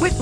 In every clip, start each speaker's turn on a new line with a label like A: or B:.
A: With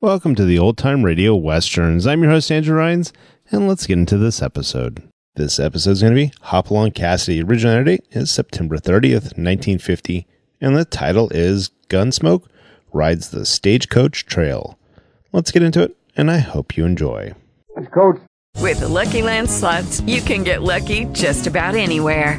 B: Welcome to the Old Time Radio Westerns. I'm your host, Andrew Rhines, and let's get into this episode. This episode is going to be Hopalong Cassidy. Original air date is September 30th, 1950, and the title is Gunsmoke Rides the Stagecoach Trail. Let's get into it, and I hope you enjoy.
A: With Lucky Land slots, you can get lucky just about anywhere.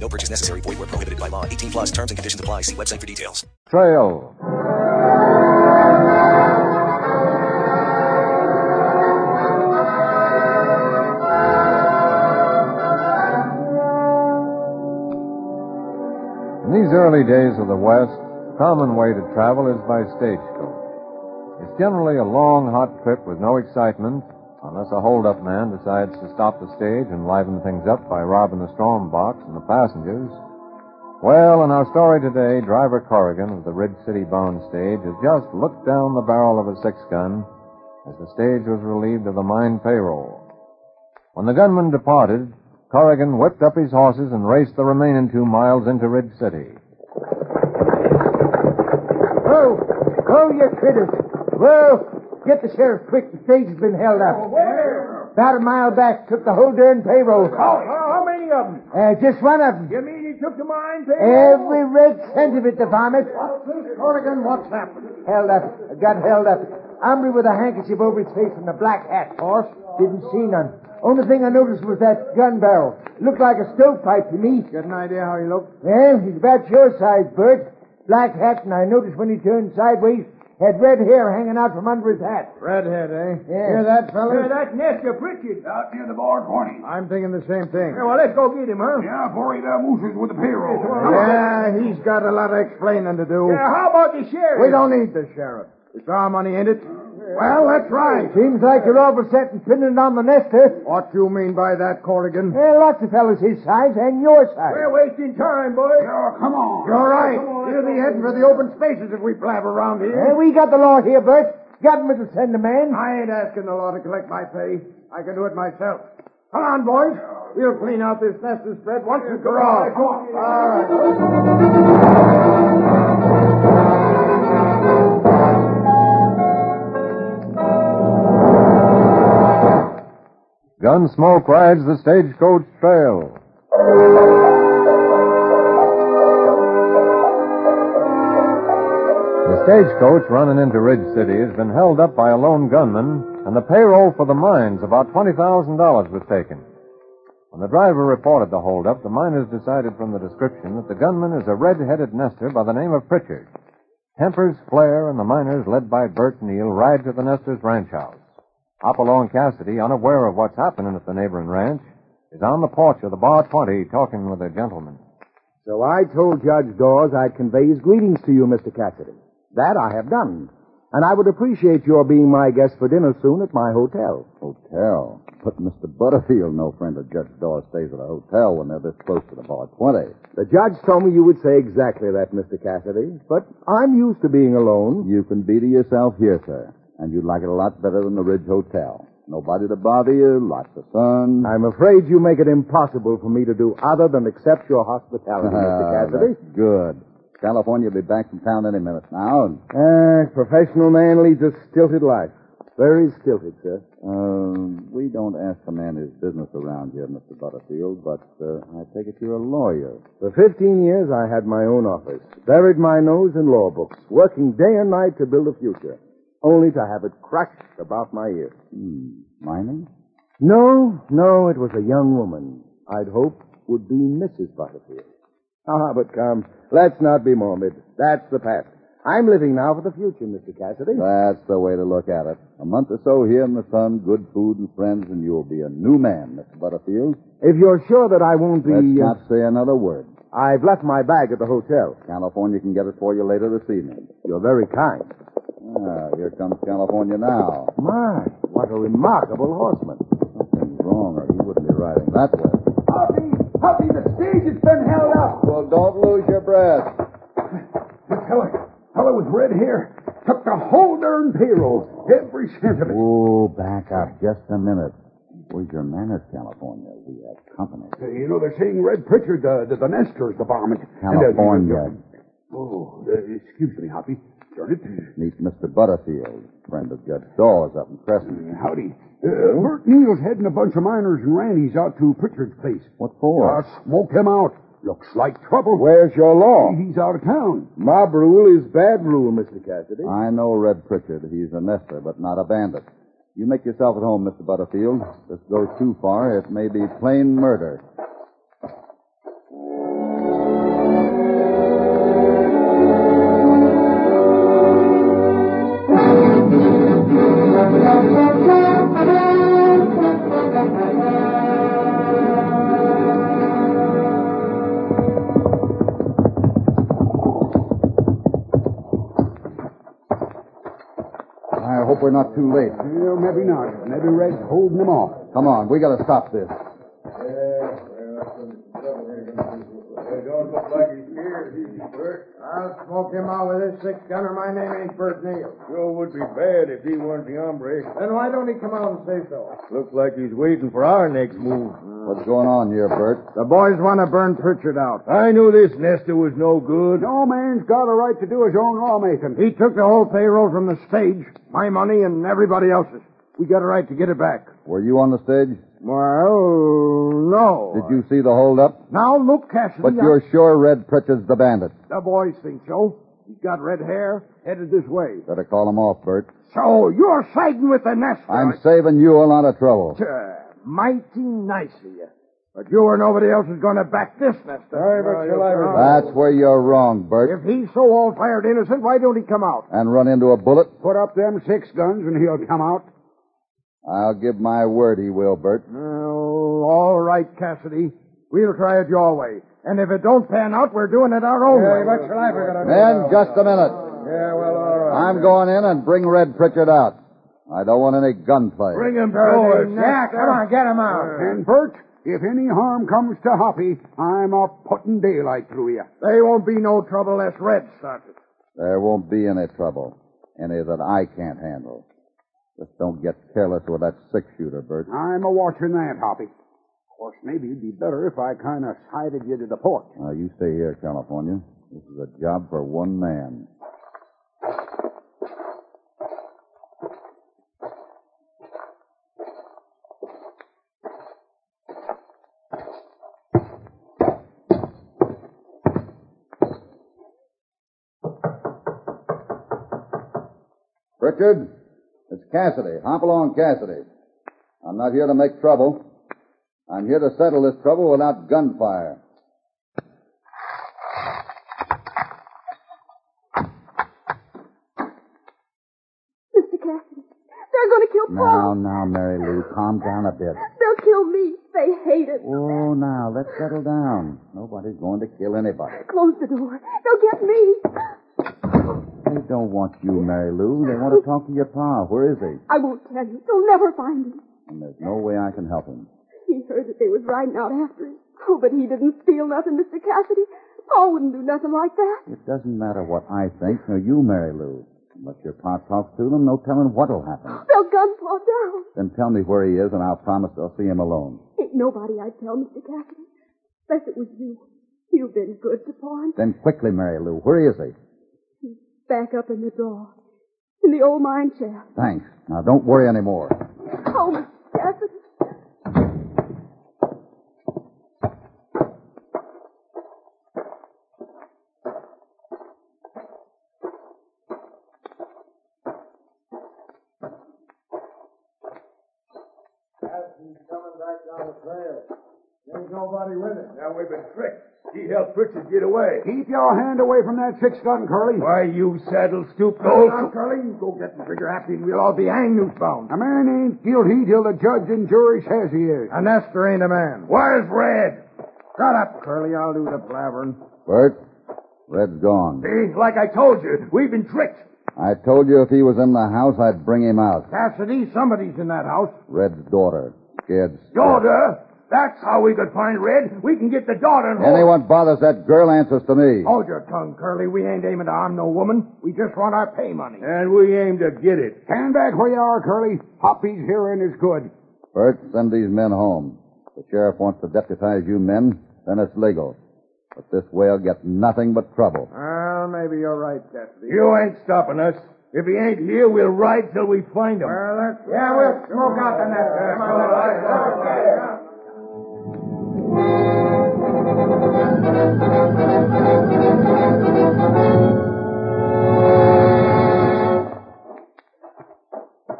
C: No purchase necessary. Void where prohibited by law. 18 plus terms and conditions apply. See website for details.
D: Trail. In these early days of the West, common way to travel is by stagecoach. It's generally a long, hot trip with no excitement, unless a hold-up man decides to stop the stage and liven things up by robbing the strong box and the passengers. Well, in our story today, driver Corrigan of the Ridge City bound stage has just looked down the barrel of a six gun as the stage was relieved of the mine payroll. When the gunman departed, Corrigan whipped up his horses and raced the remaining two miles into Ridge City.
E: Whoa! Whoa, you critters! Whoa! Get the sheriff quick. The stage has been held up. About a mile back, took the whole darn payroll.
F: how many of them?
E: Uh, just one of them.
F: You mean he took the mine
E: Every red cent of it, the varmint.
F: Corrigan, what's happened?
E: Held up. Got held up. Hombre with a handkerchief over his face and a black hat. Horse? Didn't see none. Only thing I noticed was that gun barrel. Looked like a stovepipe to me.
F: Got an idea how he looked?
E: Well, he's about your size, Bert. Black hat, and I noticed when he turned sideways, had red hair hanging out from under his hat.
F: Redhead, eh?
E: Yeah. Hear that, fellas?
F: Hear that Nestor Pritchard. Out near the bar 20.
E: I'm thinking the same thing.
F: well, let's go get him, huh?
G: Yeah, for eight mooses with the payroll.
E: Yeah, he's got a lot of explaining to do.
F: Yeah, how about the sheriff?
E: We don't need the sheriff. It's our money, ain't it? Well, that's right. Seems like you're over set and pinning it on the nester. What do you mean by that, Corrigan? Well, lots of fellas his size and your size.
F: We're wasting time, boys.
G: come on.
E: You're right.
F: We'll be heading for the open spaces if we blabber around
E: Well, we got the law here, Bert. Government'll send a man.
F: I ain't asking the law to collect my pay. I can do it myself. Come on, boys. We'll clean out this nest and spread once and for all. All right.
H: Gunsmoke rides the stagecoach trail.
D: The stagecoach running into Ridge City has been held up by a lone gunman, and the payroll for the mines, about $20,000, was taken.
I: When the driver reported the holdup, the miners decided from the description that the gunman is a red-headed nester by the name of Pritchard. Tempers flare, and the miners, led by Bert Neal, ride to the nester's ranch house. Hopalong Cassidy, unaware of what's happening at the neighboring ranch, is on the porch of the bar 20 talking with a gentleman.
D: So I told Judge Dawes I'd convey his greetings to you, Mr. Cassidy. That I have done. And I would appreciate your being my guest for dinner soon at my hotel.
J: Hotel. But Mr. Butterfield, no friend of Judge Dawes, stays at a hotel when they're this close to the bar 20.
D: The judge told me you would say exactly that, Mr. Cassidy. But I'm used to being alone.
J: You can be to yourself here, sir. And you'd like it a lot better than the Ridge Hotel. Nobody to bother you, lots of sun.
D: I'm afraid you make it impossible for me to do other than accept your hospitality, Mr. Cassidy.
J: Ah, That's good. California will be back from town any minute now. and-
D: Ah, professional man leads a stilted life. Very stilted, sir.
J: Um, we don't ask a man his business around here, Mr. Butterfield, but uh, I take it you're a lawyer.
D: For 15 years, I had my own office, buried my nose in law books, working day and night to build a future, only to have it crushed about my ears.
J: Hmm, mining?
D: No, no, it was a young woman. I'd hoped would be Mrs. Butterfield. Ah, but
E: um,
D: come, let's not be morbid. That's the past. I'm living now for the future, Mr. Cassidy.
J: That's the way to look at it. A month or so here in the sun, good food and friends, and you'll be a new man, Mr. Butterfield.
D: If you're sure that I won't be...
J: Let's
D: uh,
J: not say another word.
D: I've left my bag at the hotel.
J: California can get it for you later this evening.
D: You're very kind.
J: Ah, here comes California now.
D: My, what a remarkable horseman.
J: Something's wrong, or he wouldn't be riding that way.
G: Huffy! Huffy, the stage has been held up!
J: Well, don't lose your breath.
G: The fella, fella with red hair took the whole darn payroll. Every cent of it.
J: Oh, back up just a minute. Where's your manners, California? We have company.
G: Uh, You know, they're saying Red Pritchard, uh, the, the, the Nestor, is the bombing.
J: California.
G: Oh, uh, excuse me, Hoppy. Darn it.
J: Meet Mr. Butterfield, friend of Judge Dawes up in Crescent.
G: Howdy. Uh, Bert Neal's heading a bunch of miners and rannies out to Pritchard's place.
J: What for?
G: Uh, smoke him out. Looks like trouble.
D: Where's your law?
G: He's out of town.
D: Mob rule is bad rule, Mr. Cassidy.
J: I know Red Pritchard. He's a nester, but not a bandit. You make yourself at home, Mr. Butterfield. If this goes too far, it may be plain murder. I hope we're not too late.
G: Well, maybe not. Maybe Red's holding him off.
J: Come on, we gotta stop this.
E: don't look like he's here, Bert. I'll smoke him out with this six gunner. My name ain't Bert Neal. Sure would be bad if he weren't the hombre. Then why don't he come out and say so?
I: Looks like he's waiting for our next move.
J: What's going on here, Bert?
E: The boys want to burn Pritchard out.
I: I knew this Nestor was no good.
G: No man's got a right to do his own lawmaking.
E: He took the whole payroll from the stage, my money and everybody else's. We got a right to get it back.
J: Were you on the stage?
E: Well, no.
J: Did you see the holdup?
E: Now look, Cassidy.
J: But
E: I-
J: you're sure Red Pritchard's the bandit.
E: The boys think so. He's got red hair, headed this way.
J: Better call him off, Bert.
E: So you're siding with the Nestor.
J: I'm saving you a lot of trouble.
E: Uh, mighty nice of you. But you or nobody else is going to back this Nestor.
J: That's where you're wrong, Bert.
E: If he's so all fired innocent, why don't he come out?
J: And run into a bullet?
G: Put up them six guns and he'll come out.
J: I'll give my word he will, Bert.
E: Well, all right, Cassidy. We'll try it your way. And if it don't pan out, we're doing it our own way.
J: Men, just a minute.
E: Yeah, well, all
J: I'm going in and bring Red Pritchard out. I don't want any gunplay.
E: Bring him forward.
G: forward,
E: Yeah,
G: Chester.
E: come on, get him out.
G: And Bert, if any harm comes to Hoppy, I'm a putting daylight through you.
E: They won't be no trouble unless Red starts it.
J: There won't be any trouble. Any that I can't handle. Just don't get careless with that six shooter, Bert.
G: I'm a watching that, Hoppy. Of course, maybe it'd be better if I kind of sided you to the porch.
J: Now, you stay here, California. This is a job for one man. Richard, it's Cassidy. Hop along, Cassidy. I'm not here to make trouble. I'm here to settle this trouble without gunfire.
K: Mr. Cassidy, they're going to kill
J: Now,
K: Paul.
J: now, Mary Lou, calm down a bit.
K: They'll kill me. They hate it.
J: Oh, now, let's settle down. Nobody's going to kill anybody.
K: Close the door. They'll get me.
J: They don't want you, Mary Lou. They want to talk to your pa. Where is he?
K: I won't tell you. They'll never find him.
J: And there's no way I can help him.
K: He heard that they was riding out after him. Oh, but he didn't steal nothing, Mr. Cassidy. Paul wouldn't do nothing like that.
J: It doesn't matter what I think, nor you, Mary Lou. Unless your pa talks to them, no telling what'll happen.
K: They'll gun Paul down.
J: Then tell me where he is, and I'll promise I'll see him alone.
K: Ain't nobody I'd tell, Mr. Cassidy. Unless it was you. You've been good to Paul.
J: Then quickly, Mary Lou, where is he?
K: Back up in the drawer. In the old mine shaft.
J: Thanks. Now, don't worry any more.
K: Oh, Mr. Cassidy.
E: Captain's coming back down the trail. Ain't nobody with him. Now we've been tricked. He helped Pritchard get away.
G: Keep your hand away from that six gun, Curly.
E: Why, you saddle stoop
G: Hold
E: old.
G: on, Curly. You go get the trigger happy and we'll all be hanged
E: hangnoose-bound.
G: A man ain't guilty till the judge and jury says he is.
E: And Esther ain't a man. Where's Red? Shut up, Curly. I'll do the blabbering.
J: Bert, Red's gone.
E: See, like I told you, we've been tricked.
J: I told you if he was in the house, I'd bring him out.
E: Cassidy, somebody's in that house.
J: Red's daughter. Scared. stiff.
E: Daughter? That's how we could find Red. We can get the daughter and
J: Anyone bothers that girl answers to me.
E: Hold your tongue, Curly. We ain't aiming to harm no woman. We just want our pay money. And we aim to get it.
G: Stand back where you are, Curly. Hoppy's hearing is good.
J: Bert, send these men home. The sheriff wants to deputize you men, then it's legal. But this way'll get nothing but trouble.
E: Well, maybe you're right, Cassidy. You ain't stopping us. If he ain't here, we'll ride till we find him. Well, that's
G: Yeah, we'll smoke out the net. Come on,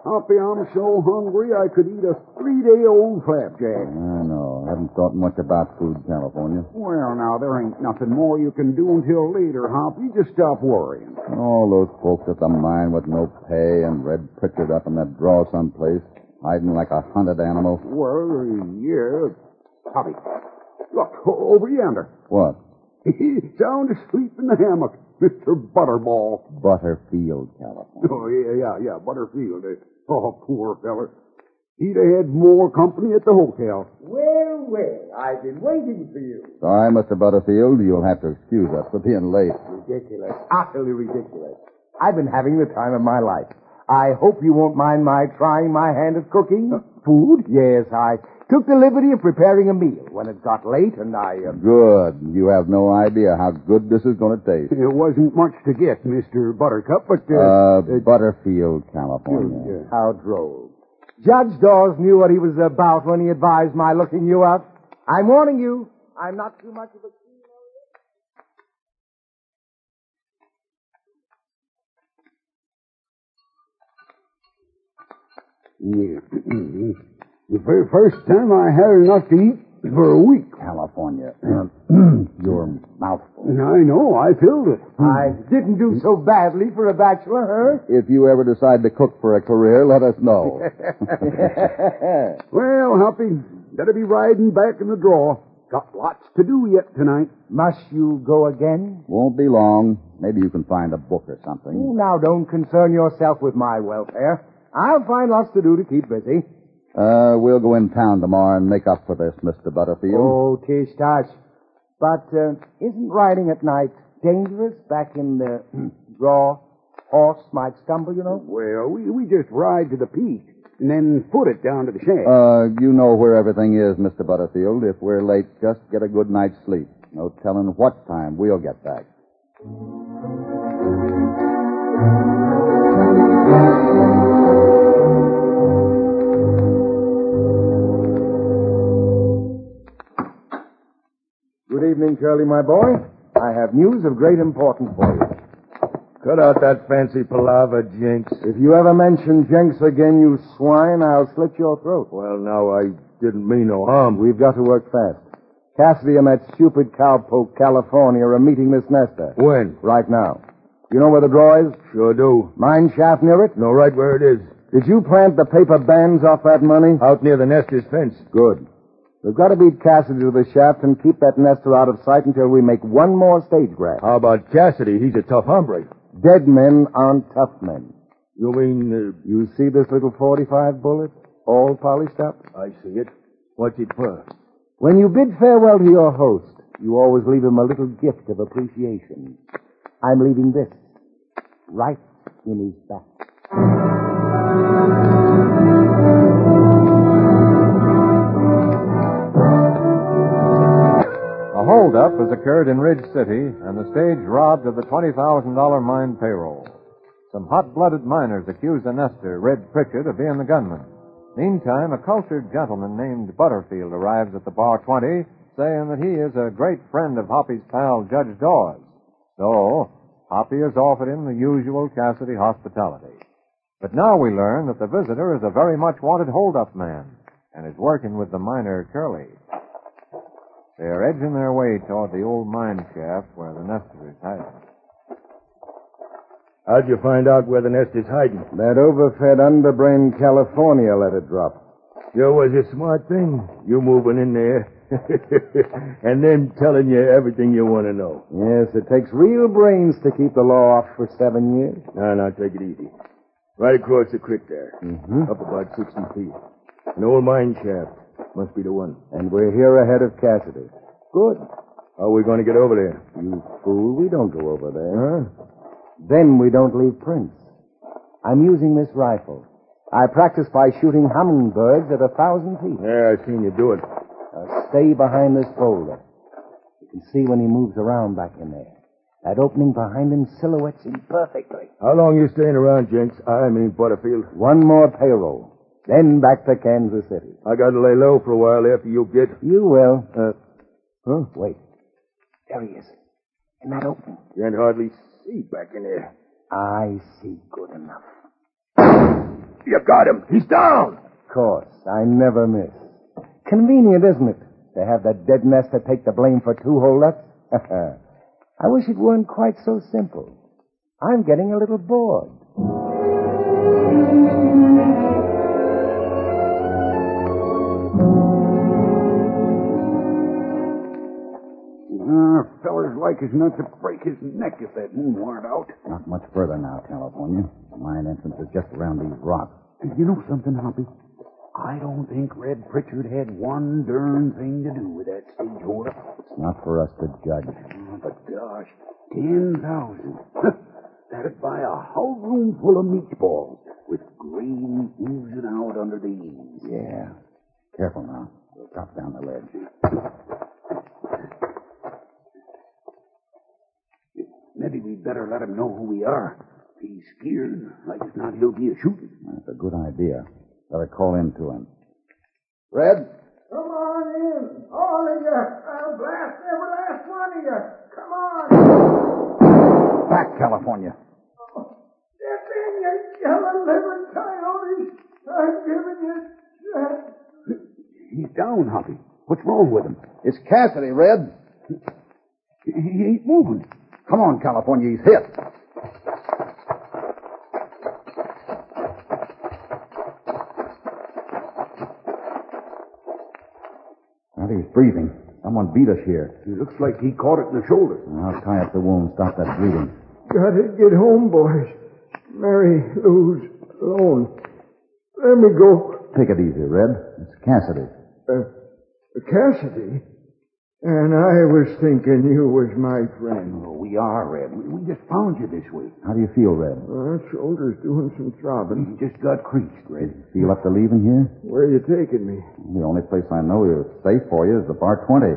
G: Hoppy, I'm so hungry I could eat a three-day-old flapjack.
J: I know. I haven't thought much about food, California.
G: Well, now, there ain't nothing more you can do until later, Hoppy. Just stop worrying.
J: All those folks at the mine with no pay and Red Pritchard up in that drawer someplace, hiding like a hunted animal.
G: Well, yeah. Hoppy, look, o- over yonder.
J: What?
G: He's sound asleep in the hammock, Mr. Butterball.
J: Butterfield, California.
G: Oh, yeah, yeah, yeah, Butterfield. eh. Oh, poor feller. He'd have had more company at the hotel.
E: Well, well, I've been waiting for you.
J: Sorry, Mr. Butterfield. You'll have to excuse us for being late.
L: Ridiculous. Utterly ridiculous. I've been having the time of my life. I hope you won't mind my trying my hand at cooking. food? Yes, I took the liberty of preparing a meal when it got late, and I. Uh,
J: Good. You have no idea how good this is going to taste.
G: It wasn't much to get, Mr. Buttercup, but.
J: Uh, Butterfield, California.
L: How droll. Judge Dawes knew what he was about when he advised my looking you up. I'm warning you, I'm not too much of a.
G: Yeah. the very first time I had enough to eat for a week.
J: California. Your mouthful.
G: I know, I filled it.
L: I didn't do so badly for a bachelor, huh?
J: If you ever decide to cook for a career, let us know.
G: well, Hoppy, better be riding back in the draw. Got lots to do yet tonight.
L: Must you go again?
J: Won't be long. Maybe you can find a book or something.
L: You now don't concern yourself with my welfare. I'll find lots to do to keep busy.
J: Uh, we'll go in town tomorrow and make up for this, Mr. Butterfield.
L: Oh, tish tosh. But uh, isn't riding at night dangerous back in the raw? Horse might stumble, you know.
G: Well, we, we just ride to the peak and then foot it down to the shack.
J: Uh, you know where everything is, Mr. Butterfield. If we're late, just get a good night's sleep. No telling what time we'll get back.
L: Good evening, Curly, my boy. I have news of great importance for you.
E: Cut out that fancy palaver, Jinx.
L: If you ever mention Jenks again, you swine, I'll slit your throat.
E: Well, now I
G: Didn't mean no harm.
D: We've got to work fast. Cassidy and that stupid cowpoke California are meeting Miss Nesta.
G: When?
D: Right now. You know where the draw is?
G: Sure do.
D: Mine shaft near it?
G: Know right where it is.
D: Did you plant the paper bands off that money?
G: Out near the Nestor's fence.
D: Good. We've got to beat Cassidy to the shaft and keep that Nestor out of sight until we make one more stage grab.
G: How about Cassidy? He's a tough hombre.
D: Dead men aren't tough men.
G: You mean, uh,
D: You see this little 45 bullet? All polished up?
G: I see it. What's it for?
D: When you bid farewell to your host, you always leave him a little gift of appreciation. I'm leaving this. Right in his back.
M: A holdup has occurred in Ridge City, and the stage robbed of the $20,000 mine payroll. Some hot-blooded miners accuse the nester, Red Pritchard, of being the gunman. Meantime, a cultured gentleman named Butterfield arrives at the bar 20, saying that he is a great friend of Hoppy's pal, Judge Dawes. So, Hoppy has offered him the usual Cassidy hospitality. But now we learn that the visitor is a very much wanted holdup man, and is working with the miner, Curly. They are edging their way toward the old mine shaft where the nester is hiding.
G: How'd you find out where the nest is hiding?
D: That overfed, underbrained California let it drop.
G: Sure was a smart thing, you moving in there. and them telling you everything you want to know.
D: Yes, it takes real brains to keep the law off for seven years.
G: No, no, take it easy. Right across the creek there.
D: Mhm.
G: Up about 60 feet. An old mine shaft. Must be the one.
D: And we're here ahead of Cassidy. Good.
G: How are we going to get over there?
D: You fool, we don't go over there. Then we don't leave prints. I'm using this rifle. I practice by shooting hummingbirds at a thousand feet.
G: Yeah, I seen you do it.
D: Now stay behind this boulder. You can see when he moves around back in there. That opening behind him silhouettes him perfectly.
G: How long you staying around, gents? I mean Butterfield.
D: One more payroll. Then back to Kansas City.
G: I got to lay low for a while after you get.
D: You will.
G: Uh, huh?
D: Wait. There he is. In that opening.
G: Can't hardly see back in there.
D: I see good enough.
G: You got him. He's down.
D: Of course. I never miss. Convenient, isn't it? To have the dead master take the blame for two holdups. I wish it weren't quite so simple. I'm getting a little bored.
N: Ah, feller's like as not to break his neck if that moon weren't out.
J: Not much further now, California. The mine entrance is just around these rocks.
N: And you know something, Hoppy? I don't think Red Pritchard had one darn thing to do with that stage order.
J: It's not for us to judge.
N: Oh, but gosh, ten thousand. That'd buy a whole room full of meatballs with grain oozing out under the eaves.
J: Yeah. Careful now. We'll drop down the ledge.
N: Maybe we'd better let him know who we are. If he's scared, like as not, he'll be a shooting.
J: That's a good idea. Better call in to him.
N: Red?
O: Come on in, all of you. I'll blast every last one of you. Come on.
J: Back, California.
O: Step in, you yellow livered coyotes. I'm giving you that.
N: He's down, Hoppy. What's wrong with him?
J: It's Cassidy, Red.
N: He he ain't moving.
J: Come on, California. He's hit. Well, he's breathing. Someone beat us here.
N: He looks like he caught it in the shoulder.
J: I'll tie up the wound, stop that bleeding.
O: Gotta get home, boys. Mary Lou's alone. Let me go.
J: Take it easy, Red. It's Cassidy.
O: Uh, Cassidy? And I was thinking you was my friend.
N: Oh, we are, Red. We, we just found you this way.
J: How do you feel, Red?
O: Well, that shoulder's doing some throbbing.
N: You just got creased, Red.
J: Feel up to leaving here?
O: Where you taking me?
J: The only place I know is safe for you is the bar 20.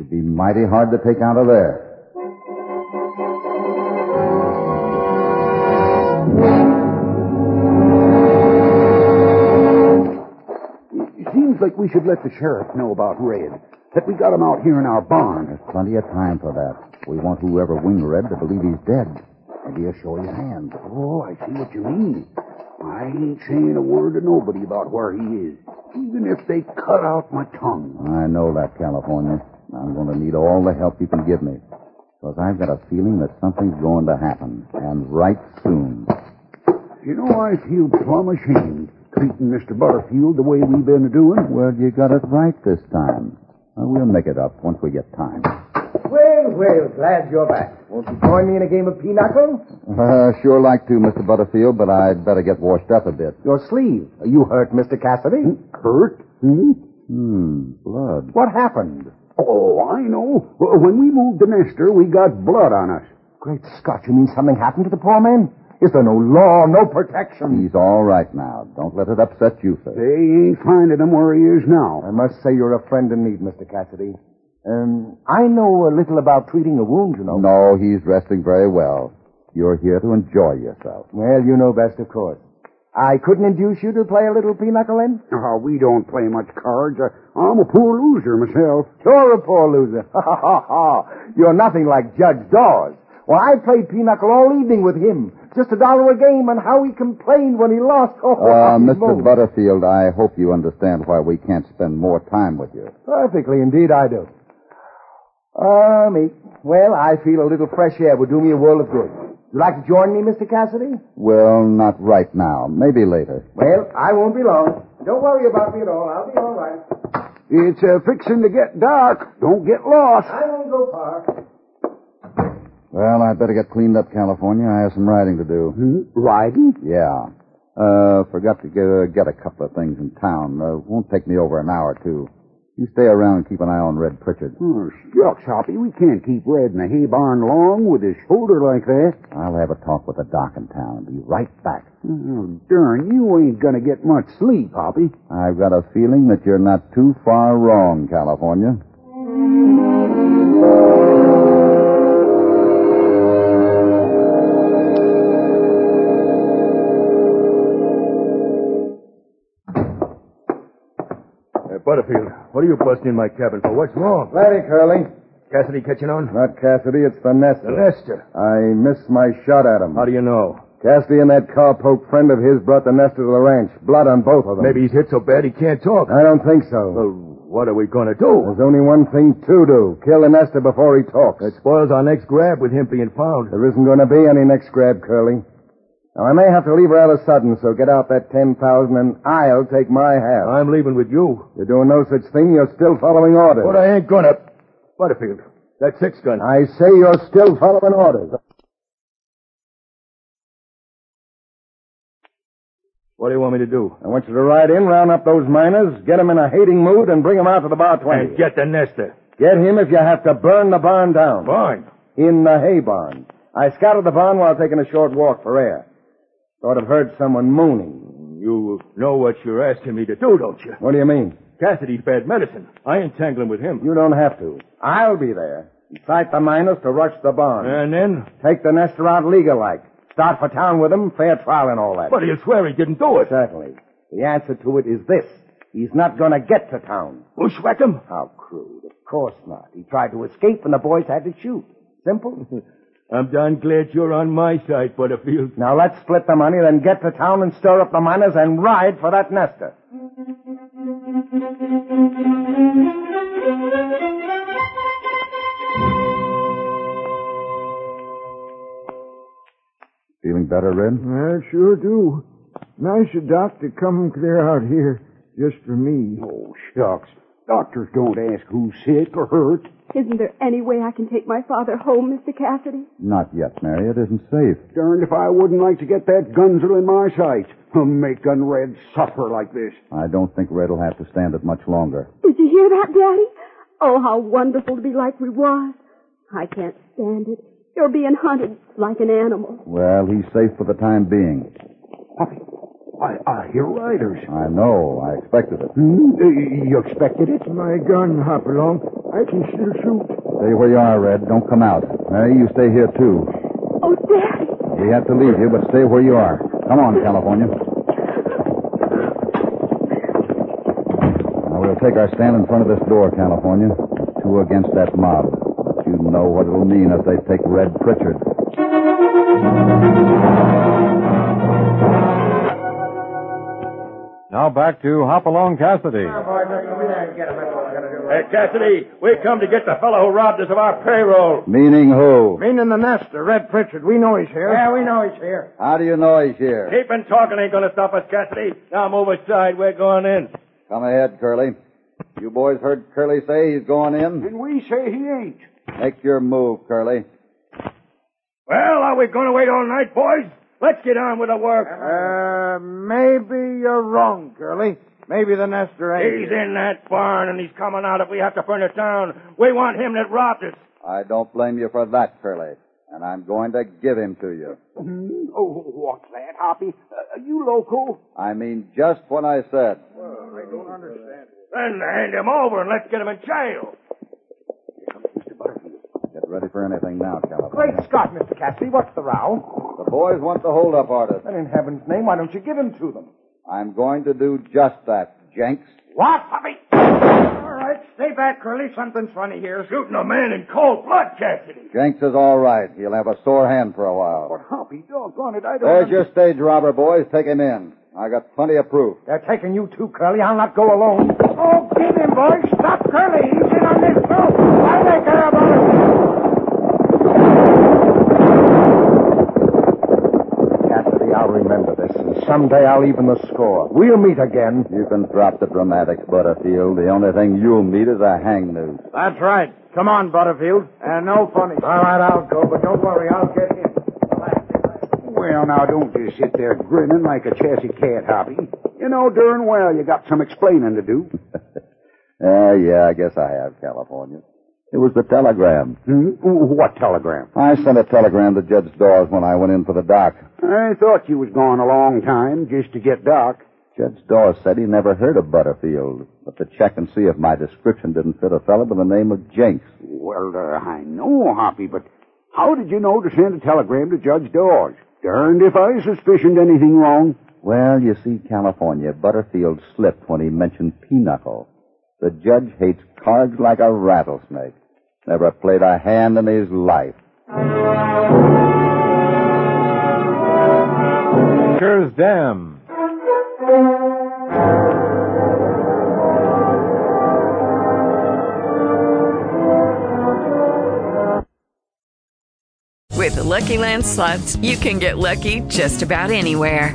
J: You'd be mighty hard to take out of there.
N: It seems like we should let the sheriff know about Red. That we got him out here in our barn.
J: There's plenty of time for that. We want whoever winged Red to believe he's dead. Maybe he'll show his hand.
N: Oh, I see what you mean.
P: I ain't saying a word to nobody about where he is, even if they cut out my tongue.
D: I know that, California. I'm going to need all the help you can give me. Because I've got a feeling that something's going to happen. And right soon.
P: You know, I feel plumb ashamed treating Mr. Butterfield the way we've been doing.
D: Well, you got it right this time. Now, we'll make it up once we get time.
J: Well, well, glad you're back. Won't you join me in a game of pinochle?
D: Uh, sure like to, Mr. Butterfield, but I'd better get washed up a bit.
J: Your sleeve. You hurt, Mr. Cassidy. Hurt?
D: Hmm? Hmm, blood.
J: What happened?
P: Oh, I know. W- When we moved to Nestor, we got blood on us.
J: Great Scott, you mean something happened to the poor man? Is there no law, no protection?
D: He's all right now. Don't let it upset you, sir.
P: They ain't finding him where he is now.
J: I must say you're a friend in need, Mr. Cassidy. Um, I know a little about treating a wound, you know.
D: No, he's resting very well. You're here to enjoy yourself.
J: Well, you know best, of course. I couldn't induce you to play a little pinochle in?
P: Oh, we don't play much cards. I, I'm a poor loser myself.
J: You're a poor loser. Ha ha ha ha. You're nothing like Judge Dawes. Well, I played pinochle all evening with him. Just a dollar a game, and how he complained when he lost. Oh,
D: Uh,
J: I
D: Mr.
J: moaned.
D: Butterfield, I hope you understand why we can't spend more time with you.
J: Perfectly, indeed I do. Ah, me. Well, I feel a little fresh air would do me a world of good. You like to join me, Mr. Cassidy?
D: Well, not right now. Maybe later.
J: Well, I won't be long. Don't worry about me at all. I'll be all right.
P: It's uh, fixing to get dark. Don't get lost.
J: I won't go far.
D: Well, I'd better get cleaned up, California. I have some riding to do.
J: Hmm?
P: Riding?
D: Yeah. Uh, forgot to get, uh, get a couple of things in town. Uh, won't take me over an hour or two. You stay around and keep an eye on Red Pritchard.
P: Oh, shucks, Hoppy. We can't keep Red in a hay barn long with his shoulder like that.
D: I'll have a talk with the doc in town and be right back.
P: Oh, darn, you ain't gonna get much sleep, Hoppy.
D: I've got a feeling that you're not too far wrong, California.
G: Uh, Butterfield, what are you busting in my cabin for? What's wrong?
Q: Laddie, Curly.
G: Cassidy catching on?
Q: Not Cassidy, it's the Nester.
G: The Nester?
Q: I missed my shot at him.
G: How do you know?
Q: Cassidy and that cowpoke friend of his brought the Nester to the ranch. Blood on both of them.
G: Maybe he's hit so bad he can't talk.
Q: I don't think so.
G: Well, what are we going to do?
Q: There's only one thing to do. Kill the Nester before he talks.
G: It spoils our next grab with him being found.
Q: There isn't going to be any next grab, Curly. Now, I may have to leave her out of sudden, so get out that 10,000 and I'll take my half.
G: I'm leaving with you.
Q: You're doing no such thing. You're still following orders.
G: But I ain't gonna. Butterfield, that six gun.
Q: I say you're still following orders.
G: What do you want me to do?
Q: I want you to ride in, round up those miners, get 'em in a hating mood, and bring 'em out to the bar 20.
G: And get the nester.
Q: Get him if you have to burn the barn down.
G: Barn?
Q: In the hay barn. I scouted the barn while taking a short walk for air. Thought I'd heard someone moaning.
G: You know what you're asking me to do, don't you?
Q: What do you mean?
G: Cassidy's bad medicine. I ain't tangling with him.
Q: You don't have to. I'll be there. Incite the miners to rush the barn.
G: And then?
Q: Take the nester out legal-like. Start for town with him, fair trial and all that.
G: But he'll swear he didn't do it.
Q: Certainly. The answer to it is this. He's not gonna get to town.
G: Bushwhack him?
Q: How crude. Of course not. He tried to escape and the boys had to shoot. Simple.
G: I'm darn glad you're on my side, Butterfield.
Q: now let's split the money, then get to town and stir up the miners and ride for that nester.
D: Feeling better, Red?
R: I sure do. Nice of Doc to come clear out here just for me.
P: Oh, shucks. Doctors don't ask who's sick or hurt.
K: Isn't there any way I can take my father home, Mr. Cassidy?
D: Not yet, Mary. It isn't safe.
P: Darned if I wouldn't like to get that gunzer in my sight. I'm making Red suffer like this.
D: I don't think Red'll have to stand it much longer.
K: Did you hear that, Daddy? Oh, how wonderful to be like we was. I can't stand it. You're being hunted like an animal.
D: Well, he's safe for the time being.
P: I, I hear riders.
D: I know. I expected it.
P: Hmm? Uh, You expected it?
R: My gun, Hopalong. I can still shoot.
D: Stay where you are, Red. Don't come out. Mary, you stay here, too.
K: Oh, Daddy.
D: We have to leave you, but stay where you are. Come on, California. Now, we'll take our stand in front of this door, California. It's two against that mob. But you know what it'll mean if they take Red Pritchard.
I: Now back to Hopalong Cassidy.
E: Hey, Cassidy, we come to get the fellow who robbed us of our payroll.
D: Meaning who?
E: Meaning the nester, Red Pritchard. We know he's here. Yeah, we know he's here.
D: How do you know he's here?
E: Keeping talking ain't gonna stop us, Cassidy. Now move aside. We're going in.
D: Come ahead, Curly. You boys heard Curly say he's going in?
S: And we say he ain't.
D: Make your move, Curly.
E: Well, are we gonna wait all night, boys? Let's get on with the work.
G: Uh, maybe you're wrong, Curly. Maybe the nester ain't.
E: He's in that barn and he's coming out if we have to burn it down. We want him that robbed us.
D: I don't blame you for that, Curly. And I'm going to give him to you.
S: Hmm? Oh, what's that, Hoppy? Uh, are you local?
D: I mean just what I said.
E: I don't understand. Then hand him over and let's get him in jail.
D: Get ready for anything now, California.
T: Great Scott, Mr. Cassidy, what's the row?
D: The boys want the holdup artist.
T: Then in heaven's name, why don't you give him to them?
D: I'm going to do just that, Jenks.
T: What, puppy?
G: All right, stay back, Curly. Something's funny here.
E: Shooting a man in cold blood, Cassidy.
D: Jenks is all right. He'll have a sore hand for a while.
S: But Hoppy, doggone it, I don't.
D: There's your stage robber, boys. Take him in. I got plenty of proof.
T: They're taking you too, Curly. I'll not go alone.
G: Oh, get him, boys. Stop Curly. He's in on this, too. Why do they care about us?
L: Cassidy, I'll remember this, and someday I'll even the score. We'll meet again.
D: You can drop the dramatics, Butterfield. The only thing you'll meet is a hang noose.
G: That's right. Come on, Butterfield.
S: Uh,
G: And no funny.
L: All right, I'll go, but don't worry, I'll get him.
S: Well, now, don't you sit there grinning like a chassis cat, Hoppy. You know darn well you got some explaining to do.
D: Uh, yeah, I guess I have, California. It was the telegram.
S: Hmm? What telegram?
D: I sent a telegram to Judge Dawes when I went in for the dock.
S: I thought you was gone a long time just to get Doc.
D: Judge Dawes said he never heard of Butterfield, but to check and see if my description didn't fit a fellow by the name of Jenks.
S: Well, uh, I know, Hoppy, but how did you know to send a telegram to Judge Dawes? Darned if I suspicioned anything wrong.
D: Well, you see, California, Butterfield slipped when he mentioned Pinochle. The judge hates cards like a rattlesnake. Never played a hand in his life.
U: Kerr's Dam.
A: With Lucky Land slots, you can get lucky just about anywhere.